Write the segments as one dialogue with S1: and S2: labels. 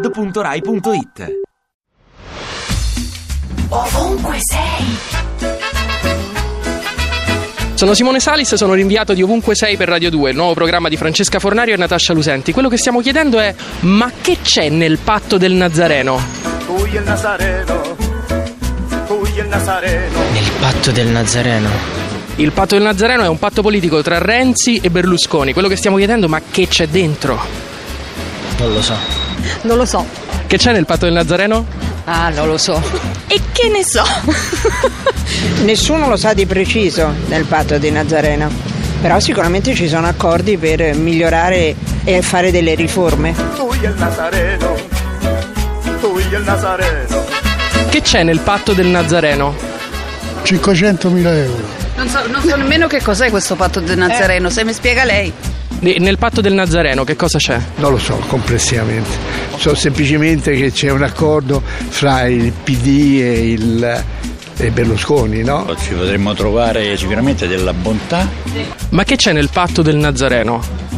S1: radio2pod.rai.it
S2: Ovunque sei,
S3: Sono Simone Salis, sono rinviato di Ovunque 6 per Radio 2, il nuovo programma di Francesca Fornario e Natascia Lusenti. Quello che stiamo chiedendo è: ma che c'è nel patto del Nazareno?
S4: Fui el Nazareno, fui el Nazareno.
S5: Nel patto del Nazareno.
S3: Il patto del Nazareno è un patto politico tra Renzi e Berlusconi. Quello che stiamo chiedendo è: ma che c'è dentro?
S5: Non lo so.
S6: Non lo so.
S3: Che c'è nel patto del Nazareno?
S6: Ah, non lo so. E che ne so?
S7: Nessuno lo sa di preciso nel patto di Nazareno, però sicuramente ci sono accordi per migliorare e fare delle riforme.
S4: Fui el Nazareno, fui el Nazareno.
S3: Che c'è nel patto del Nazareno?
S8: 500.000 euro.
S9: Non so, non so nemmeno che cos'è questo patto del Nazareno, se mi spiega lei.
S3: E nel patto del Nazareno che cosa c'è?
S8: Non lo so complessivamente, so semplicemente che c'è un accordo fra il PD e, il, e Berlusconi, no?
S10: Ci potremmo trovare sicuramente della bontà.
S3: Ma che c'è nel patto del Nazareno?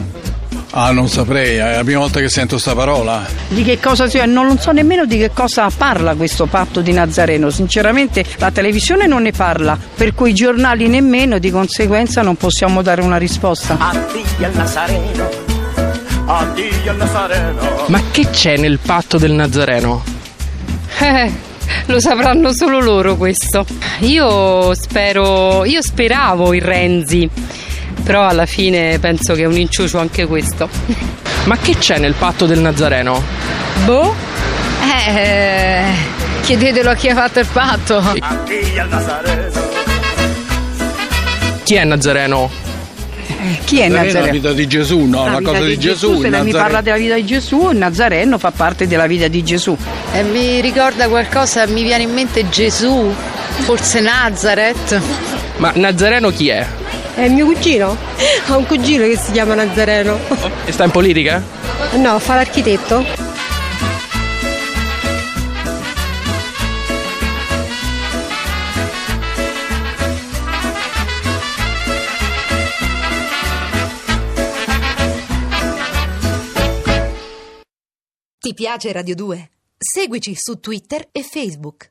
S10: Ah, non saprei, è la prima volta che sento sta parola.
S11: Di che cosa sia? Non, non so nemmeno di che cosa parla questo patto di Nazareno. Sinceramente la televisione non ne parla, per cui i giornali nemmeno, di conseguenza non possiamo dare una risposta.
S4: A ti el Nazareno, a ti el Nazareno.
S3: Ma che c'è nel patto del Nazareno?
S12: Eh, lo sapranno solo loro questo. Io spero, io speravo il Renzi, però alla fine penso che è un inciucio anche questo.
S3: Ma che c'è nel patto del Nazareno?
S12: Boh? Eh, chiedetelo a chi ha fatto il patto.
S4: A ti el Nazareno,
S3: Chi è Nazareno?
S11: Chi è
S10: Nazareno è la
S11: Nazareno?
S10: vita di Gesù,
S11: La
S10: no? Una
S11: vita
S10: cosa di
S11: se
S10: Gesù. il
S11: lei mi
S10: Nazareno.
S11: parla della vita di Gesù, il Nazareno fa parte della vita di Gesù.
S9: Eh, mi ricorda qualcosa, mi viene in mente Gesù, forse Nazareth.
S3: Ma Nazareno chi è?
S6: È mio cugino? Ho un cugino che si chiama Nazareno.
S3: E sta in politica?
S6: No, fa l'architetto.
S2: ti piace Radio 2? Seguici su Twitter e Facebook.